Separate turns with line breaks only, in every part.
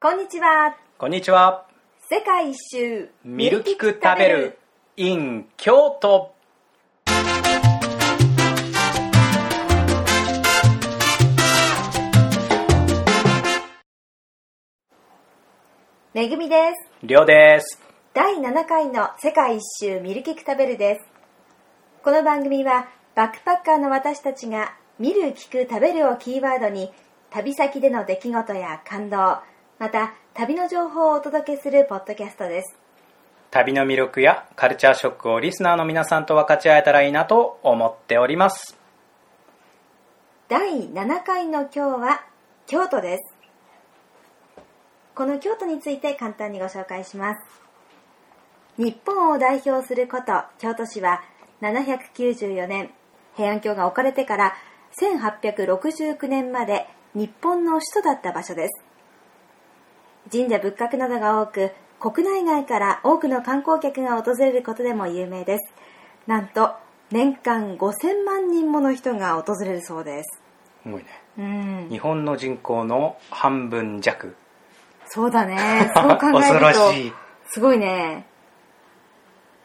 こんにちは。
こんにちは。
世界一周
ミルキク食べる in 京都。
めぐみです。
りょうです。
第7回の世界一周ミルキク食べるです。この番組はバックパッカーの私たちが見る聞く食べるをキーワードに旅先での出来事や感動、また旅の情報をお届けするポッドキャストです。
旅の魅力やカルチャーショックをリスナーの皆さんと分かち合えたらいいなと思っております。
第7回の今日は京都ですこの京都について簡単にご紹介します日本を代表する古都京都市は794年平安京が置かれてから1869年まで日本の首都だった場所です神社仏閣などが多く国内外から多くの観光客が訪れることでも有名ですなんと年間5000万人もの人が訪れるそうです
すごいね。
うん
日本の人口の半分弱。
そうだ ね。そう考えると。
恐ろしい
すごいね。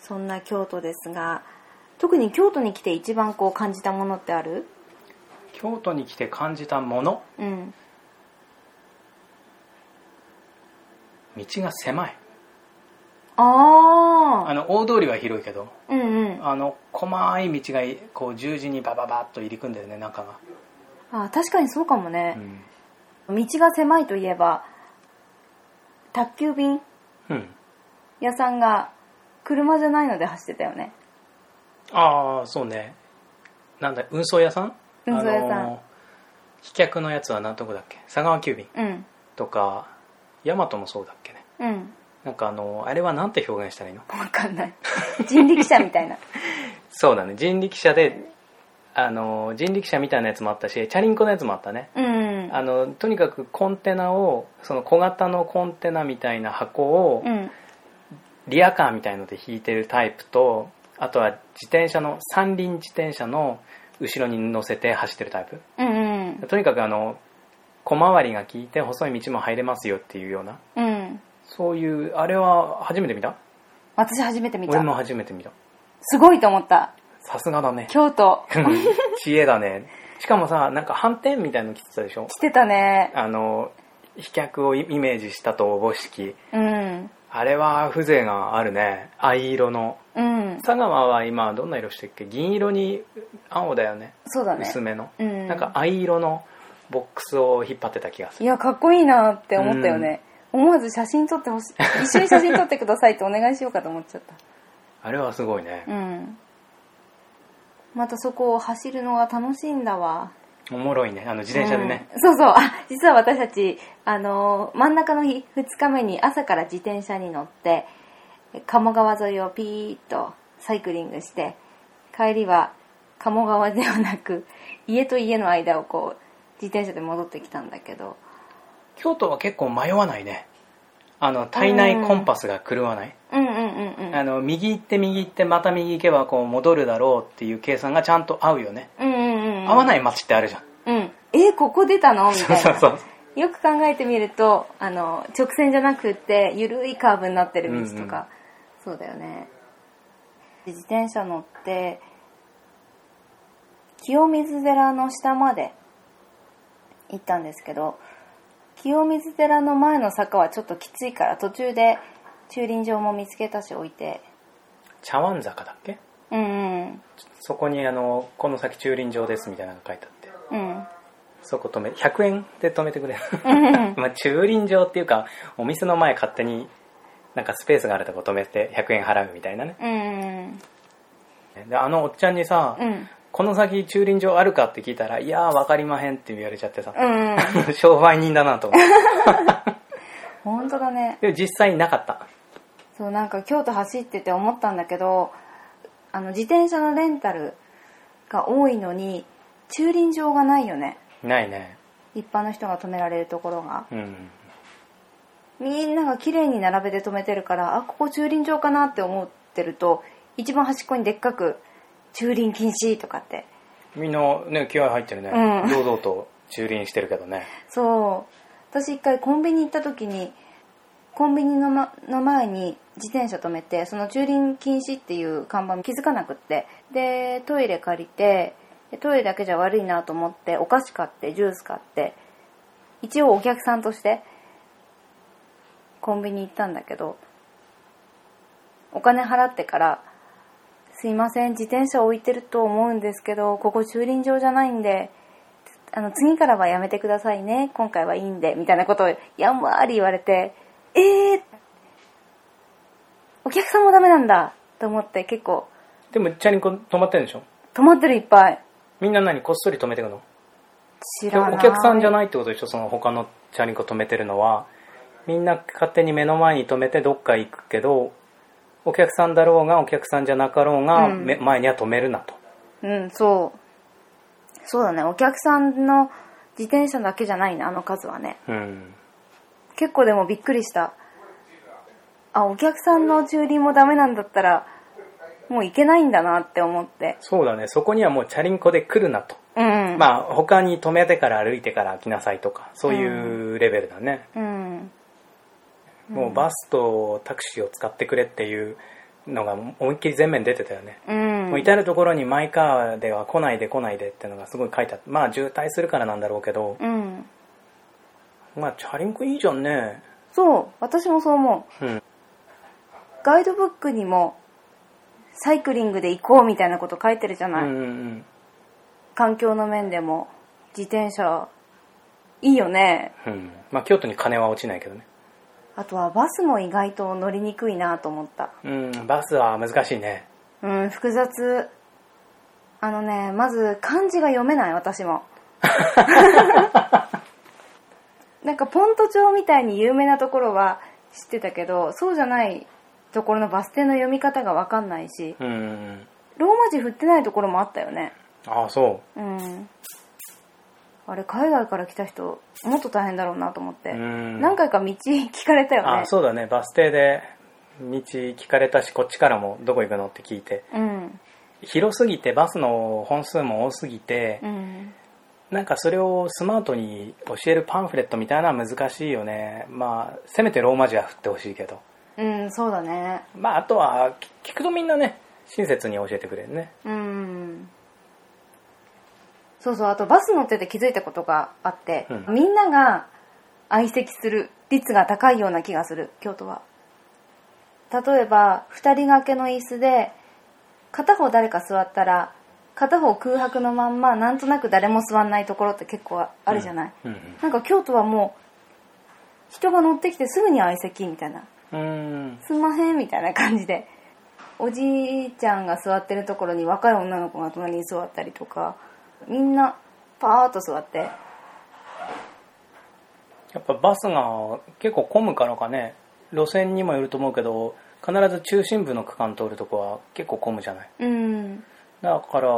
そんな京都ですが、特に京都に来て一番こう感じたものってある
京都に来て感じたもの、
うん。
道が狭い。あ
ああ。
の、大通りは広いけど、
うんうん。
あの、細い道が、こう、十字にバババッと入り組んでるね、中が。
あ確かにそうかも
う
ね。
ん。
道が狭いといえば、宅急便
うん。
屋さんが車じゃないので走ってたよね。
ああ、そうね。なんだ、運送屋さん
運送屋さん
あのー飛脚のやつは何とこだっけ佐川急便
うん。
とか、ヤマトもそうだっけね。
うん。
なんかあのーあれはなんて表現したらいいの
わかん ない。人力車みたいな。
そうだね、人力車で、あのー人力車みたいなやつもあったし、チャリンコのやつもあったね。
うん。
あの、とにかくコンテナを、その小型のコンテナみたいな箱を
う、ん。
リアカーみたいので引いてるタイプと、あとは自転車の、三輪自転車の後ろに乗せて走ってるタイプ。
うんうん。
とにかくあの小回りが効いて細い道も入れますよっていうような
うん。
そういうあれは初めて見た
私初めて見た
俺。も初めて見た
すごいと思った。
さすがだね
京都。
知恵だねしかもさなんか斑点みたいの着てたでしょ
してたね。
あの飛脚をイイメージしたとおぼしき
うん。
あれは風情があるね藍色の
うん。
佐川は今どんな色してるっけ銀色に青だよね
そうだね。
薄めの、
うん。
なんか、藍色のボックスを引っ張ってた気がす
い
る
や、かっこいいなって思ったよね。思わず写真撮ってほし い。一緒に写真撮ってくださいってお願いしようかと思っちゃっ
あれはすごいね
た。うん。またそこを走るのが楽しいんだわ。
おもろいねあの自転車でね、
うんそうそう。あ、実は私たち、あのー、真ん中の日、2日目に朝から自転車に乗って、鴨川沿いをピーッとサイクリングして、帰りは鴨川ではなく、家と家の間をこう、自転車で戻ってきたんだけど、
京都は結構迷わないねあの体内コンパスが狂わない、
うんうんうんうん。
あの右行って右行ってまた右行けばこう戻るだろうっていう計算がちゃんと合うよね、
うんうんうん。。
合わないい街ってあるじゃん、
うん。え、ここ出たのみたい
そう
な。
そうそう
よく考えてみると、あの、直線じゃなくて、ゆるいカーブになってる道とか、そうだよね。自転車乗って、清水寺の下まで行ったんですけど、清水寺の前の坂はちょっときついから、途中で駐輪場も見つけたし置いて、
茶碗坂だっけ
うん
そこにあの「この先駐輪場です」みたいなのが書いてあって
うん、うん。
そこ止め100円で止めてくれる
うん
まあ駐輪場っていうかお店の前勝手になんかスペースがあるとこ止めて100円払うみたいなね
うん、
であのおっちゃんにさ、
うん、
この先駐輪場あるかって聞いたら「いやー分かりまへん」って言われちゃってさ、
うん。
商売人だなと思 って
本当だね。
でも実際なかった
そうなんか京都走ってて思ったんだけどあの自転車のレンタルが多いのに駐輪場がないよね
ないね
一般の人が止められるところが
うん
みんなが綺麗に並べて止めてるからあここ駐輪場かなって思ってると一番端っこにでっかく「駐輪禁止」とかって
みんなね気合入ってるね、
うん
堂々と駐輪してるけどね
そう私一回コンビニ行った時にコンビニの,、ま、の前に自転車止めてその駐輪禁止っていう看板気づかなくってでトイレ借りてでトイレだけじゃ悪いなと思ってお菓子買ってジュース買って一応お客さんとしてコンビニ行ったんだけどお金払ってから「すいません自転車置いてると思うんですけどここ駐輪場じゃないんであの次からはやめてくださいね今回はいいんで」みたいなことをやんわり言われて「えー、お客さんもダメなんだ」と思って結構
でもチャリンコ止まってるんでしょ
止まってるいっぱい
みんな何こっそり止めてくの
知
で
らない
お客さんじゃ
い
ないってことでしょその他のチャリンコ止めてるのはみんな勝手に目の前に止めてどっか行くけどお客さんだろうがお客さんじゃなかろうが、
うん
め前には止めるなと
うんそうそうだねお客さんの自転車だけじゃないねあの数はね
うん
結構でもびっくりしたあお客さんの駐輪もダメなんだったらもう行けないんだなって思って
そうだねそこにはもうチャリンコで来るなと
うん
まあ他に止めてから歩いてから来なさいとかそういうレベルだね、
うん
もうバスとタクシーを使ってくれっていうのが思いっきり全面出てたよね、
うん
もう至る所にマイカーでは来ないで来ないでっていうのがすごい書いてあってまあ渋滞するからなんだろうけど、
うん
まあチャリンコいいじゃんね
そう私もそう思う
うん
ガイドブックにもサイクリングで行こうみたいなこと書いてるじゃ
う
ない、
んうん
環境の面でも自転車いいよね
うんうんまあ京都に金は落ちないけどね
あとはバスも意外と乗りにくいなと思った
うんバスは難しいね
うん複雑あのねまず漢字が読めない私 もなんかポント町みたいに有名なところは知ってたけどそうじゃないところのバス停の読み方が分かんないし
うんうんうん
ローマ字振ってないところもあったよね
ああそ
うんあれ海外から来た人もっと大変だろうなと思って、
ううん
何回か道聞かれたよね
あそうだねバス停で道聞かれたしこっちからもどこ行くのって聞いて
うん
広すぎてバスの本数も多すぎて、
うん
なんかそれをスマートに教えるパンフレットみたいなのは難しいよねまあせめてローマ字は振ってほしいけど
うんそうだね
まああとはき聞くとみんなね親切に教えてくれるね
うんそうそうあとバス乗ってて気づいたことがあって、
うん
みんなが相席する率が高いような気がする京都は例えば2人掛けの椅子で片方誰か座ったら片方空白のまんまなんとなく誰も座んないところって結構あるじゃない、
うん
なんか京都はもう人が乗ってきてすぐに相席みたいな
うんうん
すんまへんみたいな感じでおじいちゃんが座ってるところに若い女の子が隣に座ったりとかみんなパーッと座って
やっぱバスが結構混むからかね路線にもよると思うけど必ず中心部の区間通るとこは結構混むじゃない
うん
だから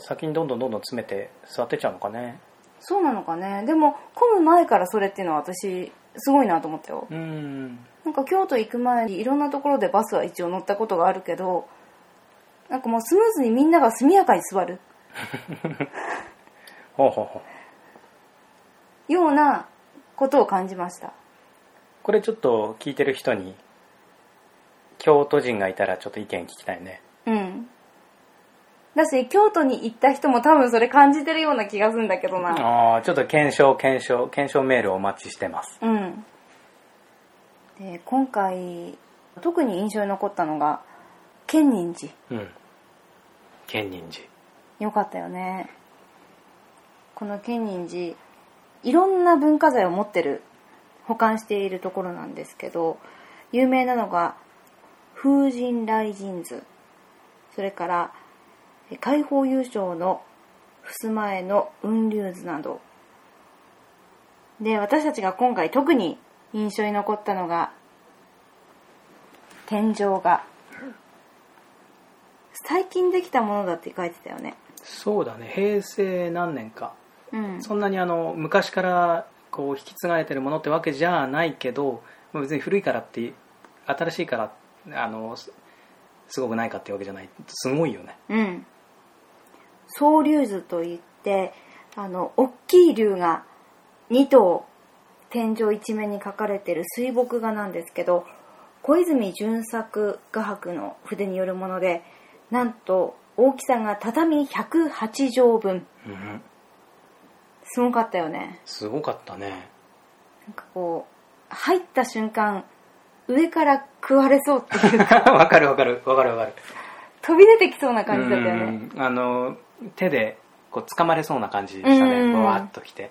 先にどんどんどんどん詰めて座ってっちゃうのかね
そうなのかねでも混む前からそれっていうのは私すごいなと思ったよ
うん
なんか京都行く前にいろんなところでバスは一応乗ったことがあるけどなんかもうスムーズにみんなが速やかに座る
ほうほうほう
ようなことを感じました
これちょっと聞いてる人に京都人がいたらちょっと意見聞きたいね
うんだし京都に行った人も多分それ感じてるような気がするんだけどな
ああちょっと検証検証検証メールお待ちしてます
うん、で今回特に印象に残ったのが建仁寺
うん建仁寺
よかったよねこの建仁寺いろんな文化財を持ってる保管しているところなんですけど有名なのが風神雷神図それからえ開放優勝の襖絵の雲龍図などで私たちが今回特に印象に残ったのが天井画最近できたものだって書いてたよね
そうだね平成何年か
うん
そんなにあの昔からこう引き継がれてるものってわけじゃないけどまあ別に古いからって新しいからあのすすごくないかってわけじゃないすごいよね
うん総龍図といってあの大きい龍が2頭天井一面に書かれてる水墨画なんですけど小泉純作画伯の筆によるものでなんと大きさが畳108畳分
うん
すごかったよね
すごかったね
なんかこう入った瞬間上から食われそうっていう
わかるわかるわかるわかる
飛び出てきそうな感じだったよね
うんあの手でこう掴まれそうな感じでした
うん
ねわーっときて、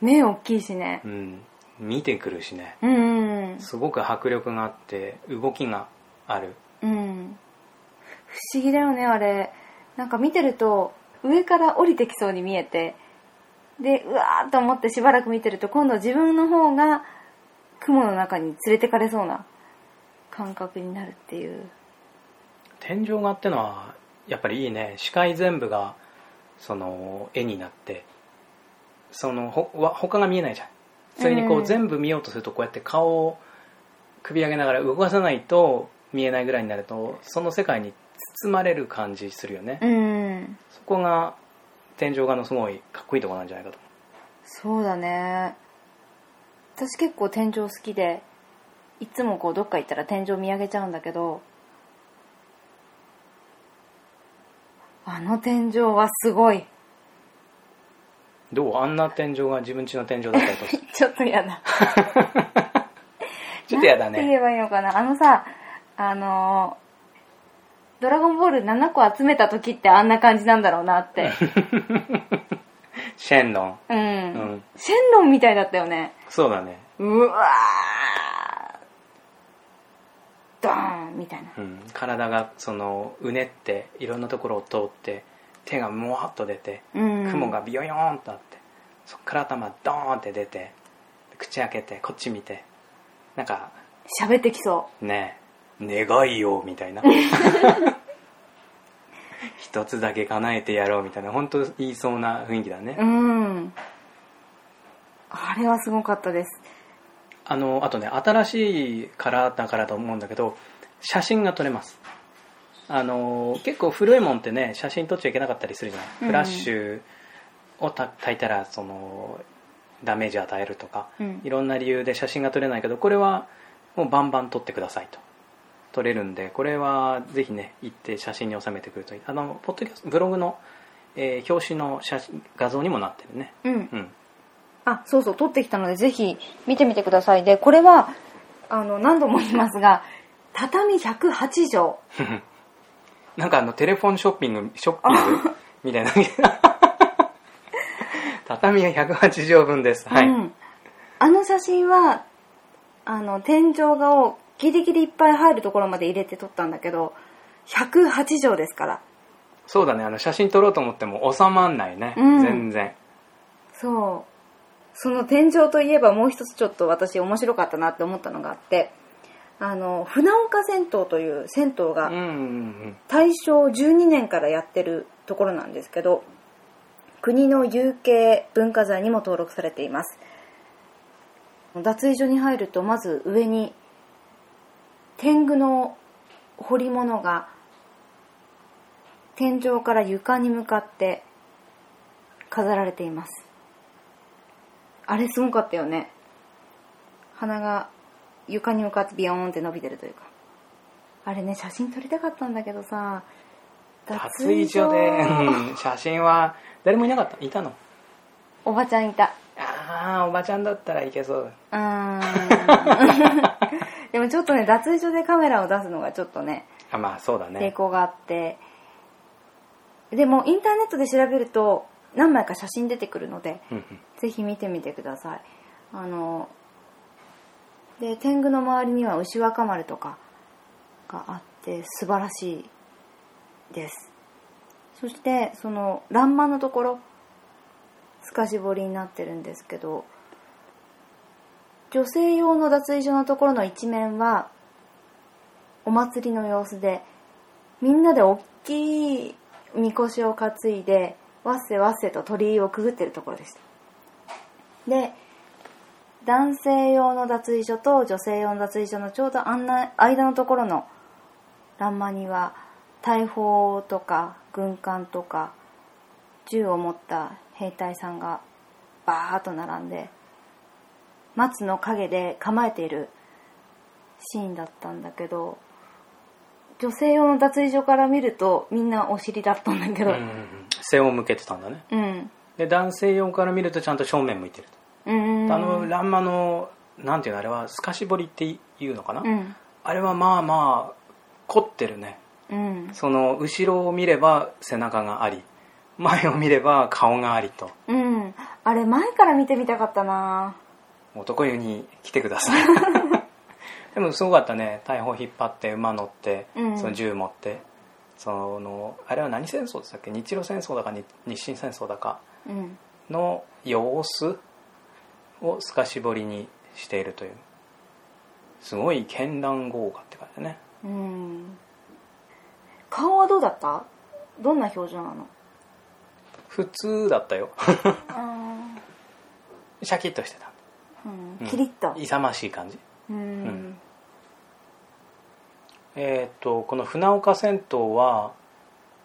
目大きいしね
うん、見てくるしね
うんうん
すごく迫力があって動きがある
うん不思議だよねあれなんか見てると上から降りてきそうに見えてでうわーっと思ってしばらく見てると今度自分の方が雲の中に連れてかれそうな感覚になるっていう
天井画ってのはやっぱりいいね視界全部がその絵になってそのほわ他が見えないじゃんそれにこ
うん
う全部見ようとするとこうやって顔を首上げながら動かさないと見えないぐらいになるとその世界に包まれる感じするよね、
うん
そこが天井画のすごいかっこいいとこなんじゃないかと
そうだね私結構天井好きでいつもこうどっか行ったら天井見上げちゃうんだけどあの天井はすごい
どうあんな天井が自分家の天井だったり と
ちょっと嫌だ
ちょっとやだ
なんて言
ね
えばいいのかなあのさあのードラゴンボール7個集めた時ってあんな感じなんだろうな って。
シェンロン
うん。
うん
シェンロンみたいだったよね。
そうだね
うわードーンみたいな。
うん、体がそのうねっていろんなところを通って手がもわっと出て
うん。
雲がビヨヨーンとあって、そっから頭ドーンって出て口開けてこっち見てなんか
喋ってきそ
ねえ願いよみた いな一つだけ叶えてやろうみたいな本当言いそうな雰囲気だね、
う。うん。あれはすごかったです。
あのあとね新しいからだからと思うんだけど写真が撮れますあの結構古いもんってね写真撮っちゃいけなかったりするじゃない、
うん
フラッシュをた焚いたらそのダメージ与えるとか、
うん
いろんな理由で写真が撮れないけどこれはもうバンバン撮ってくださいと撮れるんでこれはぜひね行って写真に収めてくるといいあのポッドキャストブログの、えー表紙の写真画像にもなってるね
うん
う。ん
あ、そうそう、撮ってきたので、ぜひ見てみてください。で、これは、あの、何度も言いますが、畳108畳。
なんかあのテレフォンショッピングショッピングみたいな 畳が108畳分ですはい、
うん、あの写真はあの天井画をギリギリいっぱい入るところまで入れて撮ったんだけど108畳ですから
そうだねあの写真撮ろうと思っても収まんないね、
うん
全然
そうその天井といえばもう一つちょっと私面白かったなって思ったのがあってあの船岡銭湯という銭湯
うんう
が
んうん
大正12年からやってるところなんですけど国の有形文化財にも登録されています脱衣所に入るとまず上に天狗の彫り物が天井から床に向かって飾られていますあれすごかったよね鼻が床に向かってビヨーンって伸びてるというかあれね写真撮りたかったんだけどさ
脱衣所で、うん写真は誰もいなかったいたの
おばちゃんいた
ああおばちゃんだったらいけそう
うーんでもちょっとね脱衣所でカメラを出すのがちょっとね
あまあそうだ
抵
ね
抗があって、でもインターネットで調べると何枚か写真出てくるので
うんうん
ぜひ見てみてくださいあので天狗の周りには牛若丸とかがあって素晴らしいですそしてその欄間のところ透かし彫りになってるんですけど女性用の脱衣所のところの一面はお祭りの様子でみんなで大きいみこしを担いでわっせわっせと鳥居をくぐってるところでしたで男性用の脱衣所と女性用の脱衣所のちょうどあんな間のところの欄間には大砲とか軍艦とか銃を持った兵隊さんがバーッと並んで松の陰で構えているシーンだったんだけど女性用の脱衣所から見るとみんなお尻だったんだけど
うんうんうん背を向けてたんだね
うん
で男性用から見るとちゃんと正面向いてる
うんうん
とあの欄間のなんていうのあれは透かし彫りっていうのかな、
うん
あれはまあまあ凝ってるね
うん
その後ろを見れば背中があり前を見れば顔がありと
うんあれ前から見てみたかったな
男湯に来てくださ いでもすごかったね大砲引っ張って馬乗って、
うん
その銃持ってそのあれは何戦争でしたっけ日露戦争だかに日清戦争だか
うん
の様子を透かし彫りにしているというすごい絢爛豪華って感じだね
うん顔はどうだったどんな表情なの
普通だったよ
あ
シャキッとしてた
ーう
うんん
キリッと
勇ましい感じ
うん
えー、とこの船岡銭湯は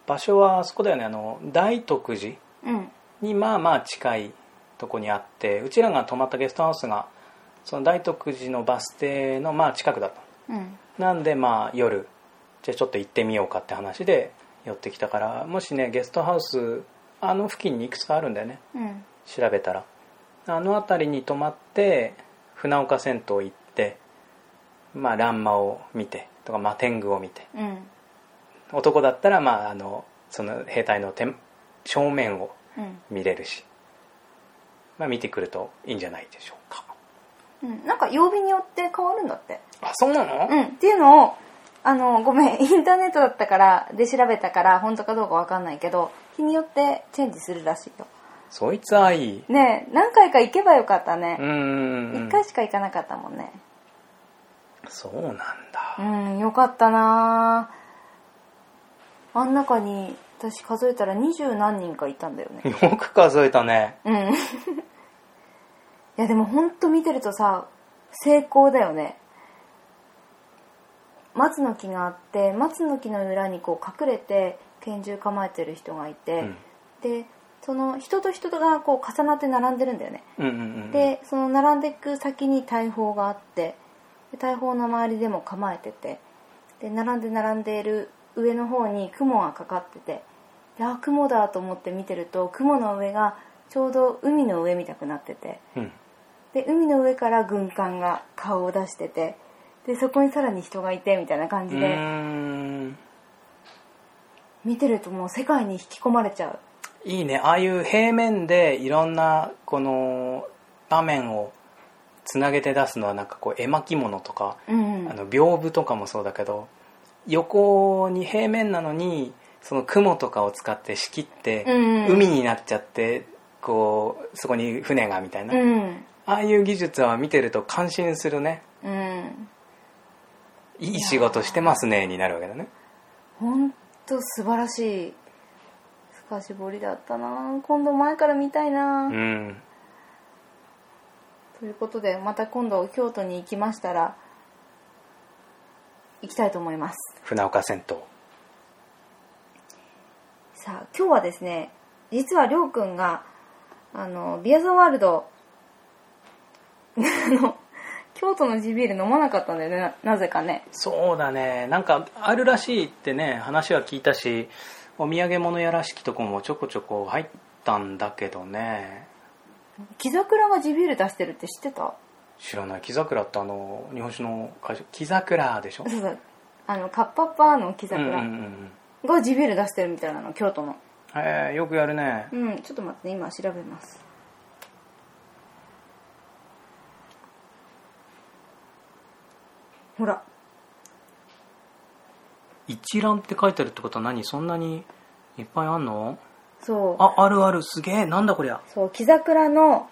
場所はあそこだよねあの大徳寺
うん
にまあまあ近いとこにあってうちらが泊まったゲストハウスがその大徳寺のバス停のまあ近くだった
うん
なんでまあ夜じゃあちょっと行ってみようかって話で寄ってきたからもしねゲストハウスあの付近にいくつかあるんだよね
うん
調べたらあの辺りに泊まって船岡銭湯行ってまあ欄間を見てとか、まあ、天狗を見て
うん
男だったらまああのその兵隊の天正面を
うん
見れるし、まあ、見てくるといいんじゃないでしょうか
うんなんか曜日によって変わるんだって
あそうなの、
うんっていうのをあのごめんイ ンターネットだったからで調べたから本当かどうかわかんないけど日によってチェンジするらしいよ
そいつはいい
ねえ何回か行けばよかった
う
ね
ん
一、回しか行かなかったもんね
そうなんだ、
うんよかったなああん中に私数えたら二十何人かいたんだよね
よく数えたね
うん いやでもほんと見てるとさ成功だよね松の木があって松の木の裏にこう隠れて拳銃構えてる人がいて、
うん
でその人と人がこう重なって並んでるんだよね、
うんうんうん
でその並んでいく先に大砲があってで大砲の周りでも構えててで並んで並んでいる上の方に雲がかかっててであ雲だと思って見てると雲の上がちょうど海の上みたくなってて
うん
で海の上から軍艦が顔を出しててでそこにさらに人がいてみたいな感
う
じで
ーん
見てるともう世界に引き込まれちゃう
いいねああいう平面でいろんなこの場面をつなげて出すのはなんかこう絵巻物とか
うん
あの屏風とかもそうだけど横に平面なのにその雲とかを使って仕切って、
うん
海になっちゃってこうそこに船がみたいな、
う
あ
ん
あいう技術は見てると感心するね
うん
いい仕事してますねになるわけだね
ほんと素晴らしい透かし彫りだったな今度前から見たいな、
うん
ということでまた今度京都に行きましたら行きたいと思います
船岡銭湯
さあ今日はですね実はりょうくんがあのビアザワールド あの京都の地ビール飲まなかったんだよねななぜかね
そうだねなんかあるらしいってね話は聞いたしお土産物屋らしきとこもちょこちょこ入ったんだけどね
木桜が地ビール出してるって知ってた
知らない木桜ってあの日本酒の会社木桜でしょ
そうそうあのカッパッパーの木
うんうんうんう
桜
ん
が地ビール出してるみたいなの京都の
へえよくやるね
うんちょっと待ってね今調べますほら
一覧って書いてあるってことは何そんなにいっぱいあんの
そう
ああるあるすげえなんだこりゃ
そう、木桜の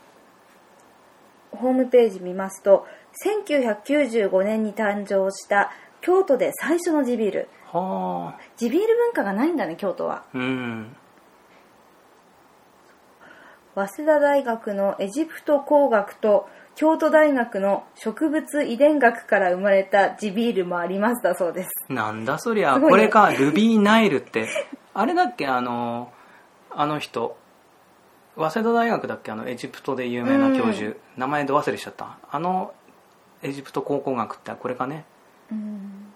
ホームページ見ますと、1995年に誕生した京都で最初の地ビール。
はあ
地ビール文化がないんだね、京都は。
うん
早稲田大学のエジプト工学と京都大学の植物遺伝学から生まれた地ビールもありますだそうです。
なんだそりゃ、
すごいね
これかルビーナイルってあれだっけあのあの人早稲田大学だっけあのエジプトで有名な教授、
うん
名前ど忘れしちゃったあのエジプト考古学ってこれかね
うん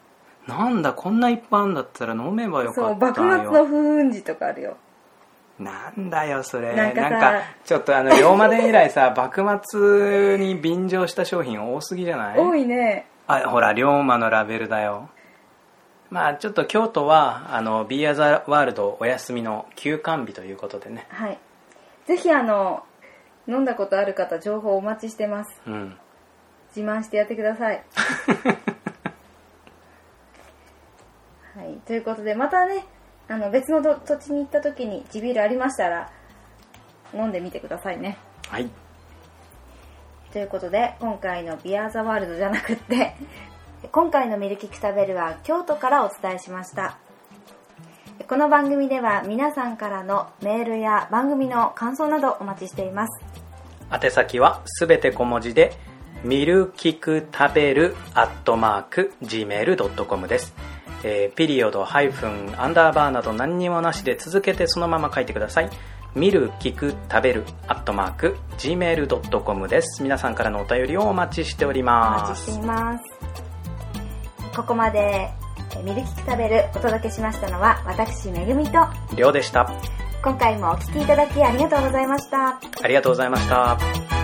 なんだこんないっぱいあんだったら飲めばよ
そ
か
う
った
幕末の
よ
風雲児とかあるよ
なんだよそれ
な
なんん
か
か
さ
ちょっとあの龍馬伝以来さ幕末に便乗した商品多すぎじゃない
多いね
あほら龍馬のラベルだよまあちょっと京都はあのビーアザワールドお休みの休館日ということでね
はいぜひあの飲んだことある方情報お待ちしてます
うん
自慢してやってくださ いはいということでまたねあの別のど土地に行った時に地ビールありましたら飲んでみてくださいね
はい
ということで今回の「ビアーザワールド」じゃなくって今回の「ミルキクタベル」は京都からお伝えしましたこの番組では皆さんからのメールや番組の感想などお待ちしています
宛先はすべて小文字で「ミルキク食べる」「アットマーク」「gmail.com」です、えーピリオドハイフンアンダーバーなど何にもなしで続けてそのまま書いてください「ミルキク食べる」「アットマーク」「gmail.com」です皆さんからのお便りをお待ちしており
お
ま
待ち
す
していますここまでえミルキクタベルお届けしましたのは私めぐみと
りょうでした
今回もお聴きいただきありがとうございました
ありがとうございました